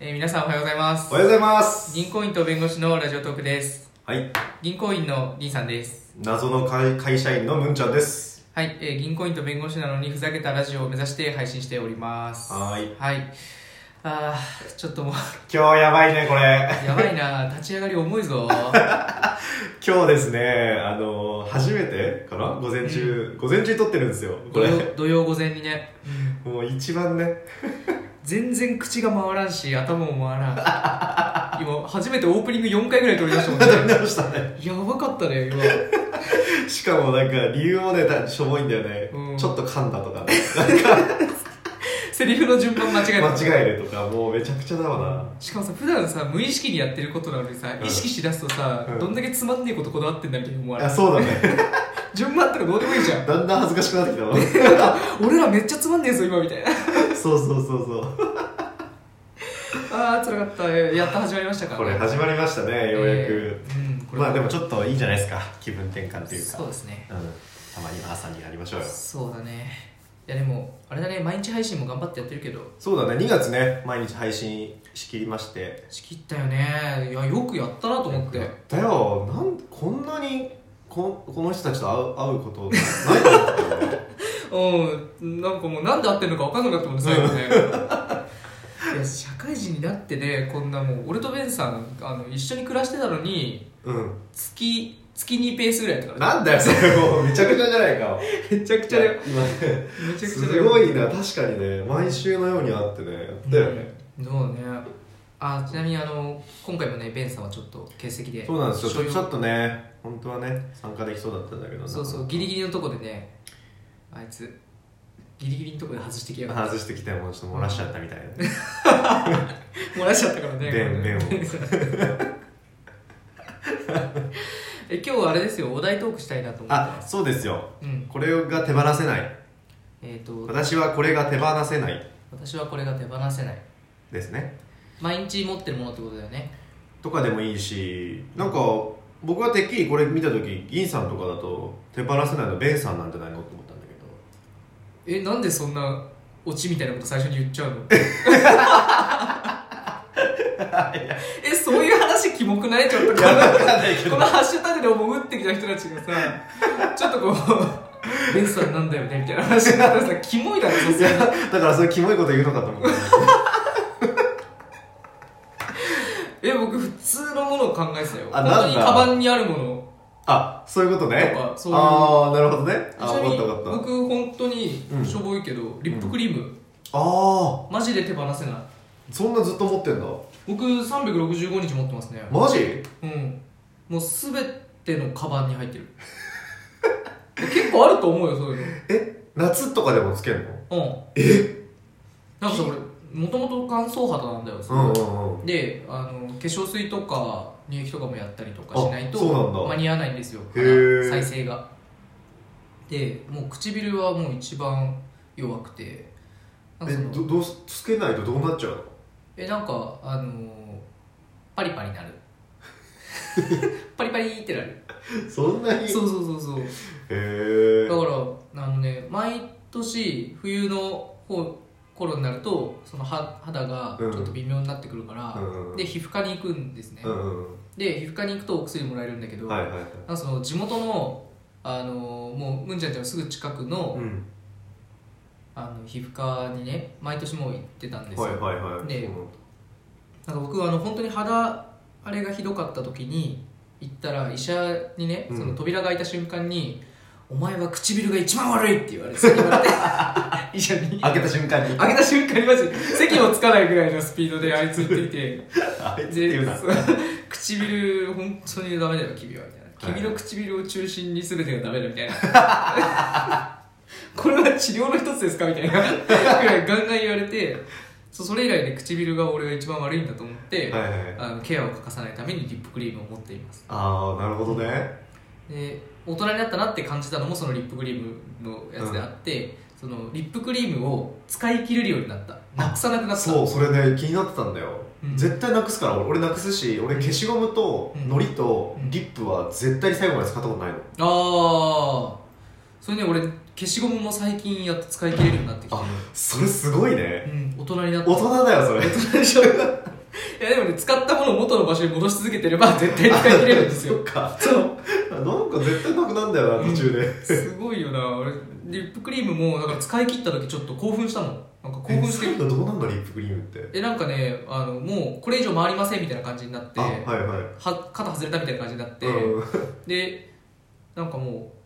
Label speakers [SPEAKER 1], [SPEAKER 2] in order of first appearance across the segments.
[SPEAKER 1] えー皆さんおはようございます
[SPEAKER 2] おはようございます
[SPEAKER 1] 銀行員と弁護士のラジオトークです
[SPEAKER 2] はい
[SPEAKER 1] 銀行員の銀さんです
[SPEAKER 2] 謎の会会社員のムンちゃんです
[SPEAKER 1] はい、えー銀行員と弁護士なのにふざけたラジオを目指して配信しております
[SPEAKER 2] はーい
[SPEAKER 1] はいあーちょっともう
[SPEAKER 2] 今日やばいねこれ
[SPEAKER 1] やばいな立ち上がり重いぞ
[SPEAKER 2] 今日ですねあの初めてかな午前中午前中撮ってるんですよ
[SPEAKER 1] 土
[SPEAKER 2] これ
[SPEAKER 1] 曜土曜午前にね
[SPEAKER 2] もう一番ね
[SPEAKER 1] 全然口が回らんし頭も回らん今初めてオープニング4回ぐらい取り出したもん
[SPEAKER 2] 撮り
[SPEAKER 1] ね
[SPEAKER 2] 直したね
[SPEAKER 1] やばかったね今
[SPEAKER 2] しかもなんか理由もねだしょぼいんだよね、
[SPEAKER 1] うん
[SPEAKER 2] ちょっと噛んだと か、ね、なんか
[SPEAKER 1] セリフの順番間違えた
[SPEAKER 2] 間違えるとかもうめちゃくちゃだわ
[SPEAKER 1] しかもさ普段さ無意識にやってることなのにさ、
[SPEAKER 2] うん
[SPEAKER 1] 意識しだすとさ、
[SPEAKER 2] うん
[SPEAKER 1] どんだけつまんねえことこだわってんだみたいに思わ
[SPEAKER 2] な
[SPEAKER 1] れ
[SPEAKER 2] あ
[SPEAKER 1] る
[SPEAKER 2] そうだね
[SPEAKER 1] 順番あったらどうでもいいじゃん
[SPEAKER 2] だんだん恥ずかしくなってきたわ
[SPEAKER 1] 俺らめっちゃつまんねえぞ今みたいな
[SPEAKER 2] そうそうそうそう
[SPEAKER 1] あーつらかったやっと始まりましたか
[SPEAKER 2] これ始まりましたねようやく、
[SPEAKER 1] えーうんこれ
[SPEAKER 2] まあでもちょっといいんじゃないですか気分転換というか
[SPEAKER 1] そうですね
[SPEAKER 2] うん、たまには朝にやりましょうよ
[SPEAKER 1] そうだねいやでもあれだね毎日配信も頑張ってやってるけど
[SPEAKER 2] そうだね2月ね毎日配信しきりまして
[SPEAKER 1] 仕切ったよねいやよくやったなと思って
[SPEAKER 2] だよなんこんなにここの人たちと会う会うことないと思った よね
[SPEAKER 1] うんなんかもうなんで合ってるのか分かんなかったもんね最後ね いや社会人になってねこんなもう俺とベンさんあの一緒に暮らしてたのに
[SPEAKER 2] うん
[SPEAKER 1] 月月2ペースぐらいやったからね
[SPEAKER 2] なんだよそれもうめちゃくちゃじゃないか
[SPEAKER 1] めちゃくちゃだよ
[SPEAKER 2] 今ね
[SPEAKER 1] めちゃくちゃだ
[SPEAKER 2] す
[SPEAKER 1] よ
[SPEAKER 2] ごいな確かにね毎週のように会ってねやったよね、
[SPEAKER 1] うんそうねあちなみにあの今回もねベンさんはちょっと欠席で
[SPEAKER 2] そうなんですよち
[SPEAKER 1] 所
[SPEAKER 2] ょ
[SPEAKER 1] 要
[SPEAKER 2] ちょっとね本当はね参加できそうだったんだけどな
[SPEAKER 1] そうそうギリギリのとこでねあいつギリギリのとこで外してきやがっ
[SPEAKER 2] 外してきてもうちょっと漏らしちゃったみたいな
[SPEAKER 1] て漏らしちゃったからね
[SPEAKER 2] ベン
[SPEAKER 1] これね
[SPEAKER 2] ベンを
[SPEAKER 1] え今日はあれですよお題トークしたいなと思って
[SPEAKER 2] あ
[SPEAKER 1] ます
[SPEAKER 2] そうですよ
[SPEAKER 1] うん
[SPEAKER 2] これが手放せない
[SPEAKER 1] えっ、と
[SPEAKER 2] 私はこれが手放せない
[SPEAKER 1] 私はこれが手放せない
[SPEAKER 2] ですね
[SPEAKER 1] 毎日持ってるものってことだよね
[SPEAKER 2] とかでもいいしなんか僕はてっきりこれ見た時銀さんとかだと手放せないのベンさんなんじゃないのって思ったんだけど
[SPEAKER 1] えなんでそんなオチみたいなこと最初に言っちゃうの えそういう話キモくないちょっとこの
[SPEAKER 2] ない
[SPEAKER 1] このハッシュタグでも打ってきた人たちがさちょっとこう 「ベンさんなんだよね」みたいな話になったらさキモいだろさす
[SPEAKER 2] い
[SPEAKER 1] がに
[SPEAKER 2] や だからそういうキモいこと言うのかと思った
[SPEAKER 1] え僕普通のものを考えてたよ
[SPEAKER 2] あ
[SPEAKER 1] 本
[SPEAKER 2] なんだ
[SPEAKER 1] 当にカバンにあるもの
[SPEAKER 2] あそういうことね
[SPEAKER 1] とかそういう
[SPEAKER 2] ああなるほどねあ
[SPEAKER 1] ちな
[SPEAKER 2] 分
[SPEAKER 1] み
[SPEAKER 2] かっ
[SPEAKER 1] に
[SPEAKER 2] た分かった
[SPEAKER 1] 僕本当にしょぼいけど、リップクリーム、
[SPEAKER 2] あ
[SPEAKER 1] マジで手放せない
[SPEAKER 2] あそんなずっと持ってんだ
[SPEAKER 1] 僕365日持ってますね
[SPEAKER 2] マジ
[SPEAKER 1] うんもう全てのカバンに入って る結構あると思うよそういう
[SPEAKER 2] え夏とかでもつけるの
[SPEAKER 1] のうんえなんかさ俺もともと乾燥肌なんだよ、
[SPEAKER 2] うんうんうん
[SPEAKER 1] であの化粧水とか乳液とかもやったりとかしない
[SPEAKER 2] あそうなん
[SPEAKER 1] と
[SPEAKER 2] だ
[SPEAKER 1] 間に合わないんですよ
[SPEAKER 2] へー
[SPEAKER 1] 再生がでもう唇はもう一番弱くてなんか
[SPEAKER 2] え
[SPEAKER 1] その
[SPEAKER 2] どどうすつけないとどうなっちゃうの
[SPEAKER 1] えなんかあのーパリパリな るパリパリってなる
[SPEAKER 2] そんなにへ
[SPEAKER 1] そうそうそうそう
[SPEAKER 2] え
[SPEAKER 1] だからあのね毎年冬の方頃になるとそのは肌がちょっと微妙になってくるから、
[SPEAKER 2] うん
[SPEAKER 1] で皮膚科に行くんですね、
[SPEAKER 2] うんうん
[SPEAKER 1] で皮膚科に行くとお薬もらえるんだけ
[SPEAKER 2] う
[SPEAKER 1] ど、
[SPEAKER 2] んはいはいはい
[SPEAKER 1] なんかその地元の、あのーもうむんちゃんちゃんのすぐ近くの,、
[SPEAKER 2] うん
[SPEAKER 1] あの皮膚科にね毎年もう行ってたんですよ、
[SPEAKER 2] はいはいはい
[SPEAKER 1] で
[SPEAKER 2] そうなんだ
[SPEAKER 1] なんか僕はあの本当に肌あれがひどかった時に行ったら医者にね
[SPEAKER 2] うん
[SPEAKER 1] その扉が開いた瞬間に「お前は唇が一番悪い」って言われて 言われて医者に
[SPEAKER 2] 開けた瞬間に
[SPEAKER 1] 開けた瞬間にマジで席もつかないぐらいのスピードであいつ行っていて
[SPEAKER 2] あいつって
[SPEAKER 1] で
[SPEAKER 2] いうな
[SPEAKER 1] そう 唇本当にダメだよ君はみたいな
[SPEAKER 2] は
[SPEAKER 1] 君
[SPEAKER 2] い
[SPEAKER 1] の唇を中心に全てがダメだみたいな これは治療の一つですかみたいなぐらいガンガン言われてそうそれ以来ね唇が俺が一番悪いんだと思って、
[SPEAKER 2] はいはいはい
[SPEAKER 1] あのケアを欠かさないためにリップクリームを持っています
[SPEAKER 2] ああなるほどね
[SPEAKER 1] で大人になったなって感じたのもそのリップクリームのやつであって、そのリップクリームを使い切れるようになったなくさなくなった
[SPEAKER 2] そうそれね気になってたんだよ、
[SPEAKER 1] うん
[SPEAKER 2] 絶対なくすから俺俺なくすし俺消しゴムと
[SPEAKER 1] うん
[SPEAKER 2] 糊と
[SPEAKER 1] うん
[SPEAKER 2] リップは絶対に最後まで使ったことないの、
[SPEAKER 1] ああそれね俺消しゴムも最近やっと使い切れるようになってきて
[SPEAKER 2] あそれすごいね
[SPEAKER 1] うん大人になった
[SPEAKER 2] 大人だよそれ
[SPEAKER 1] 大人でしょいやでもね使ったものを元の場所に戻し続けてれば絶対使い切れるんです
[SPEAKER 2] そ
[SPEAKER 1] よ
[SPEAKER 2] っか
[SPEAKER 1] そう
[SPEAKER 2] なんか絶対なくなんだよな途中で、
[SPEAKER 1] すごいよな俺リップクリームもだから使い切った時ちょっと興奮したもんなんか興奮して
[SPEAKER 2] えそういうのどうなんだリップクリームって
[SPEAKER 1] えなんかねあのもうこれ以上回りませんみたいな感じになって
[SPEAKER 2] あはいはい
[SPEAKER 1] は肩外れたみたいな感じになって、
[SPEAKER 2] うん
[SPEAKER 1] でなんかもう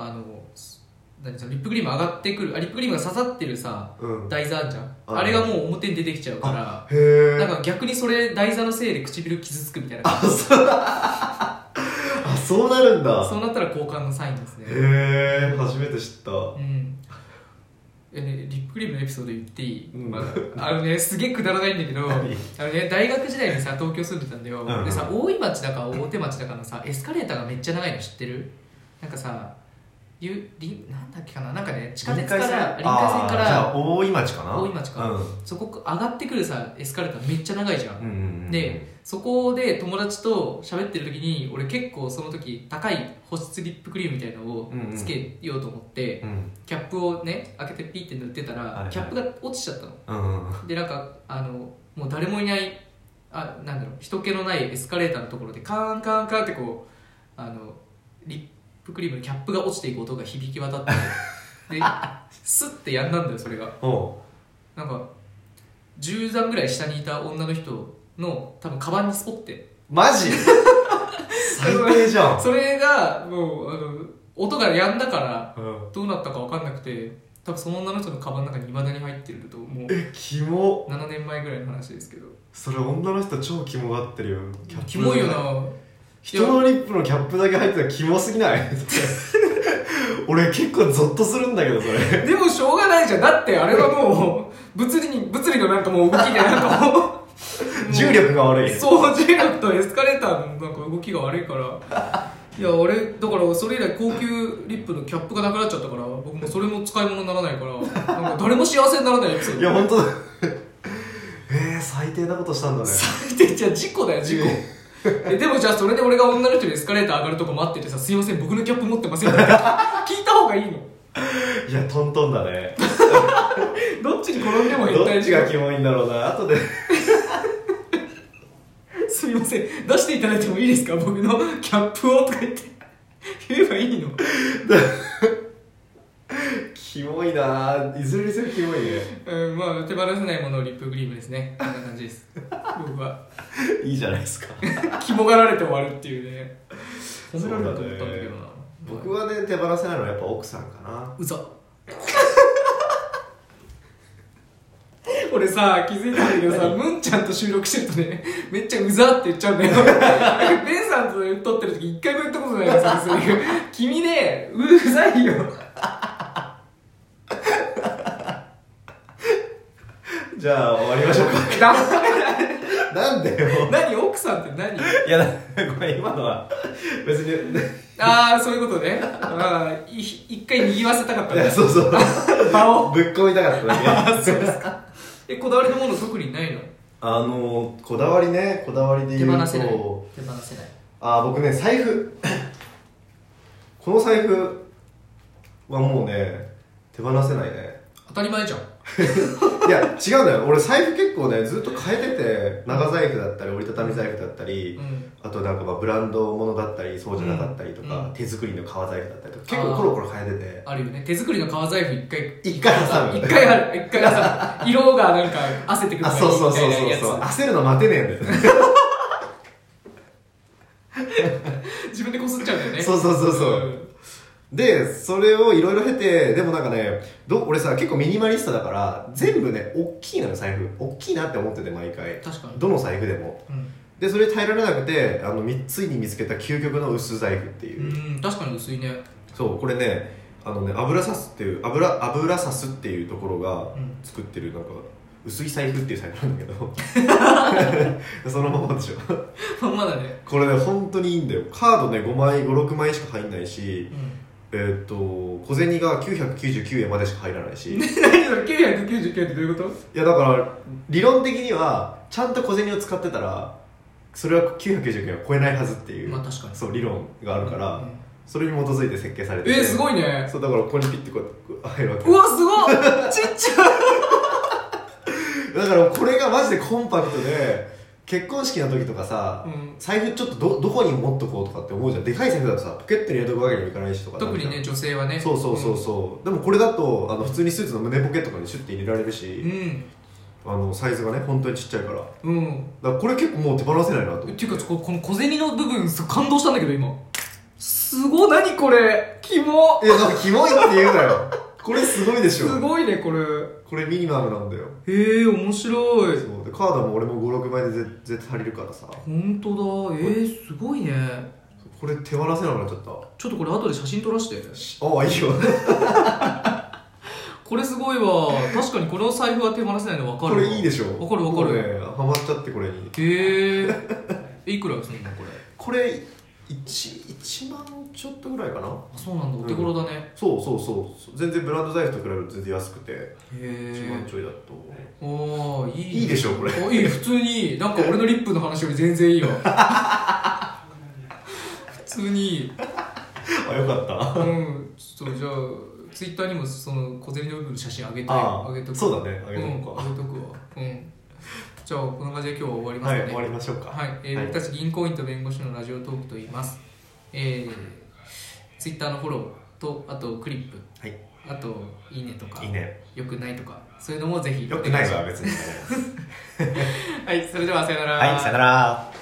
[SPEAKER 1] あのす何そのリップクリーム上がってくるあリップクリームが刺さってるさ
[SPEAKER 2] うん、
[SPEAKER 1] 台座あんじゃん
[SPEAKER 2] あ
[SPEAKER 1] あれがもう表に出てきちゃうか
[SPEAKER 2] へ
[SPEAKER 1] ら
[SPEAKER 2] え
[SPEAKER 1] なんか逆にそれ台座のせいで唇傷つくみたいな感
[SPEAKER 2] あそうあそうなるん
[SPEAKER 1] じ
[SPEAKER 2] だ
[SPEAKER 1] そうなったら交換のサインですね
[SPEAKER 2] へえ初めて知った
[SPEAKER 1] うんえね、リップクリームのエピソード言っていい、
[SPEAKER 2] うん
[SPEAKER 1] まあ、あのねすげえくだらないんだけどあの、
[SPEAKER 2] 何
[SPEAKER 1] ね、大学時代にさ東京住んでたんだよ、
[SPEAKER 2] うんうん
[SPEAKER 1] でさ大井町だか大手町だかのさエスカレーターがめっちゃ長いの知ってるなんかさゆりなんだっけかななんかね地下鉄から臨海線
[SPEAKER 2] あー
[SPEAKER 1] か
[SPEAKER 2] じゃ
[SPEAKER 1] ら
[SPEAKER 2] あ大井町かな
[SPEAKER 1] 大井町か
[SPEAKER 2] うん
[SPEAKER 1] そこ上がってくるさエスカレーターめっちゃ長いじゃん、
[SPEAKER 2] うんうんうん
[SPEAKER 1] でそこで友達と喋ってる時に俺結構その時高い保湿リップクリームみたいなのをつけようと思って、
[SPEAKER 2] うん
[SPEAKER 1] キャップをね開けてピッて塗ってたら、
[SPEAKER 2] いはい
[SPEAKER 1] キャップが落ちちゃったの
[SPEAKER 2] うんうん
[SPEAKER 1] でなんかあのもう誰もいないあなんだろう人気のないエスカレーターのところでカーンカーンカーンってこうあのリップクリームのキャップが落ちていく音が響き 渡ってでスッてやんだんだよそれが
[SPEAKER 2] お
[SPEAKER 1] なんか10段ぐらい下にいた女の人の多分カバンにスポって
[SPEAKER 2] マジ最低じゃん
[SPEAKER 1] それがもうあの音がやんだから
[SPEAKER 2] うん
[SPEAKER 1] どうなったか分かんなくて多分その女の人のカバンの中にいまだに入ってると思う
[SPEAKER 2] えキモ
[SPEAKER 1] 7年前ぐらいの話ですけど
[SPEAKER 2] それ女の人超キモがってるよキャップ
[SPEAKER 1] キモいよな
[SPEAKER 2] 人のリップのキャップだけ入ってたらキモすぎない 俺結構ゾッとするんだけどそれ
[SPEAKER 1] でもしょうがないじゃんだってあれはもう物理に物理のなんかもう動きでなんかもう
[SPEAKER 2] 重力が悪い
[SPEAKER 1] そう重力とエスカレーターのなんか動きが悪いからいや俺だからそれ以来高級リップのキャップがなくなっちゃったから僕もそれも使い物にならないからなんか誰も幸せにならないやつ
[SPEAKER 2] いや本当だえー、最低なことしたんだね
[SPEAKER 1] 最低じゃあ事故だよ事故えでもじゃあそれで俺が女の人にエスカレーター上がるとこ待っててさ「すいません僕のキャップ持ってません」って聞いた方がいいの
[SPEAKER 2] いやトントンだね
[SPEAKER 1] どっちに転んでも
[SPEAKER 2] ど
[SPEAKER 1] 変態
[SPEAKER 2] っ
[SPEAKER 1] 事
[SPEAKER 2] ち
[SPEAKER 1] 故
[SPEAKER 2] がキモいんだろうな後です
[SPEAKER 1] みません出していただいてもいいですか僕のキャップをとか言って言えばいいの
[SPEAKER 2] キモいないずれにせよキモいね
[SPEAKER 1] うんまあ手放せないものをリップクリームですねこんな感じです僕はい
[SPEAKER 2] いじゃないですか
[SPEAKER 1] 肝がられて終わるっていうね褒められると思ったんだけどな
[SPEAKER 2] 僕はね手放せないのはやっぱ奥さんかな
[SPEAKER 1] うざ俺さ気づいたんだけどさムンちゃんと収録してるとねめっちゃうざって言っちゃうんだよ ベンさんと撮ってる時一回も言ったことないからさそういう君ねうざ いよ
[SPEAKER 2] じゃあ終わりましょうか
[SPEAKER 1] だ
[SPEAKER 2] なんでよ
[SPEAKER 1] 何奥さんって何
[SPEAKER 2] いやだごめん今のは別に、
[SPEAKER 1] ああそういうことねあーい一回にぎわせたかったん
[SPEAKER 2] いや
[SPEAKER 1] だ
[SPEAKER 2] そうそう
[SPEAKER 1] 場を
[SPEAKER 2] ぶっ込みたかっただけ
[SPEAKER 1] えこだわりのもの特にないの
[SPEAKER 2] あのこだわりねこだわりで
[SPEAKER 1] 手
[SPEAKER 2] 言うと
[SPEAKER 1] 放せない手放せない
[SPEAKER 2] あー僕ね財布この財布はもうね手放せないね
[SPEAKER 1] 当たり前じゃん
[SPEAKER 2] いや違うんだよ俺財布結構ねずっと変えてて長財布だったり折りたたみ財布だったり、
[SPEAKER 1] うん
[SPEAKER 2] あとなんかまあブランドものだったりそうじゃなかったりとか、
[SPEAKER 1] うん
[SPEAKER 2] 手作りの革財布だったりとか結構コロコロ変えてて
[SPEAKER 1] あるよね手作りの革財布一回
[SPEAKER 2] 一回挟む
[SPEAKER 1] 一回ある一回挟 む色がなんか汗てくる
[SPEAKER 2] あ
[SPEAKER 1] から
[SPEAKER 2] そうそうそう
[SPEAKER 1] みたい
[SPEAKER 2] そう
[SPEAKER 1] なやつ
[SPEAKER 2] そう焦るの待てねえんだよね
[SPEAKER 1] 自分でこすっちゃうんだよね
[SPEAKER 2] そうそうそうそうでそれをいろいろ経てでもなんかねど俺さ結構ミニマリストだから全部ね大きいのよ財布大きいなって思ってて毎回
[SPEAKER 1] ん確かに
[SPEAKER 2] どの財布でも
[SPEAKER 1] うん
[SPEAKER 2] でそれ耐えられなくてあのみついに見つけた究極の薄財布っていう、
[SPEAKER 1] うん確かに薄いね
[SPEAKER 2] そうこれねあのね油サスっていう油油サスっていうところが
[SPEAKER 1] うん
[SPEAKER 2] 作ってるなんか薄い財布っていう財布なんだけど そのままでしょ
[SPEAKER 1] まあまだね
[SPEAKER 2] これね本当にいいんだよカードね5枚56枚しか入んないうし
[SPEAKER 1] ん
[SPEAKER 2] えーっと小銭が999円までしか入らないしい
[SPEAKER 1] 何それ999ってどういうこと
[SPEAKER 2] やだから理論的にはちゃんと小銭を使ってたらそれは999円は超えないはずっていう、
[SPEAKER 1] まあ確かに
[SPEAKER 2] そう理論があるから、
[SPEAKER 1] うん
[SPEAKER 2] それに基づいて設計されて
[SPEAKER 1] え
[SPEAKER 2] て
[SPEAKER 1] ー、すごいね
[SPEAKER 2] そうだからここにピッてこうやってこう入るわけ
[SPEAKER 1] うわすごい ちっちゃい
[SPEAKER 2] だからこれがマジでコンパクトで結婚式の時とかさ、
[SPEAKER 1] うん
[SPEAKER 2] 財布ちょっとどどこに持っとこうとかって思うじゃんでかい財布だとさポケットに入れとくわけにもいかないしとか
[SPEAKER 1] 特にね女性はね
[SPEAKER 2] そうそうそうそう、でもこれだとあの普通にスーツの胸ポケットとかにシュッて入れられる
[SPEAKER 1] う
[SPEAKER 2] し、
[SPEAKER 1] ん
[SPEAKER 2] あのサイズがね本当にちっちゃいからだか
[SPEAKER 1] うん、うん
[SPEAKER 2] らこれ結構もう手放せないなと思
[SPEAKER 1] っ
[SPEAKER 2] っ
[SPEAKER 1] てていうかここの小銭の部分そう感動したんだけど今すごい何これキモ
[SPEAKER 2] いやなんかキモいって言うなよこれすごいでし
[SPEAKER 1] す
[SPEAKER 2] ょ
[SPEAKER 1] ごいねこれ
[SPEAKER 2] これミニマムなんだよ
[SPEAKER 1] ええ面白い
[SPEAKER 2] そうでカードも俺も56枚でぜ絶対足りるからさ
[SPEAKER 1] 本当だええすごいね
[SPEAKER 2] これ手放せなくなっちゃった
[SPEAKER 1] ちょっとこれ後で写真撮らして
[SPEAKER 2] ああいいよ
[SPEAKER 1] これすごいわ確かにこの財布は手放せないの分かるわ
[SPEAKER 2] これいいでしょ
[SPEAKER 1] わかるわかる
[SPEAKER 2] もうねハマっちゃってこれに
[SPEAKER 1] へえいくらすんのこれ
[SPEAKER 2] これ 1, 1万ちょっとぐらいかな
[SPEAKER 1] あそうなんだお手頃だね、
[SPEAKER 2] そうそうそう全然ブランド財布と比べると全然安くて1
[SPEAKER 1] へ
[SPEAKER 2] 万
[SPEAKER 1] え
[SPEAKER 2] ちょいだと
[SPEAKER 1] おーいい
[SPEAKER 2] いいでしょこれ
[SPEAKER 1] おいい普通にいいなんか俺のリップの話より全然いいわ普通にいい
[SPEAKER 2] あよかった
[SPEAKER 1] うんちょっとじゃあツイッターにもその小銭の部分の写真あげて
[SPEAKER 2] あ
[SPEAKER 1] あげとく
[SPEAKER 2] そうだねあげと
[SPEAKER 1] うん
[SPEAKER 2] こう
[SPEAKER 1] あ
[SPEAKER 2] か、
[SPEAKER 1] げとくわうんじゃあこんな感じで今日は終わりま
[SPEAKER 2] は
[SPEAKER 1] す
[SPEAKER 2] い
[SPEAKER 1] かね
[SPEAKER 2] 終わりましょうか
[SPEAKER 1] はい、えー僕たち銀行員と弁護士のラジオトークと言います。えー、ツイッターのフォローと、あとクリップ、
[SPEAKER 2] はい
[SPEAKER 1] あといいねとか、
[SPEAKER 2] いいね
[SPEAKER 1] よくないとか、そういうのもぜひ。
[SPEAKER 2] よくないわ別に
[SPEAKER 1] はい、それではさよなら。
[SPEAKER 2] はいさよなら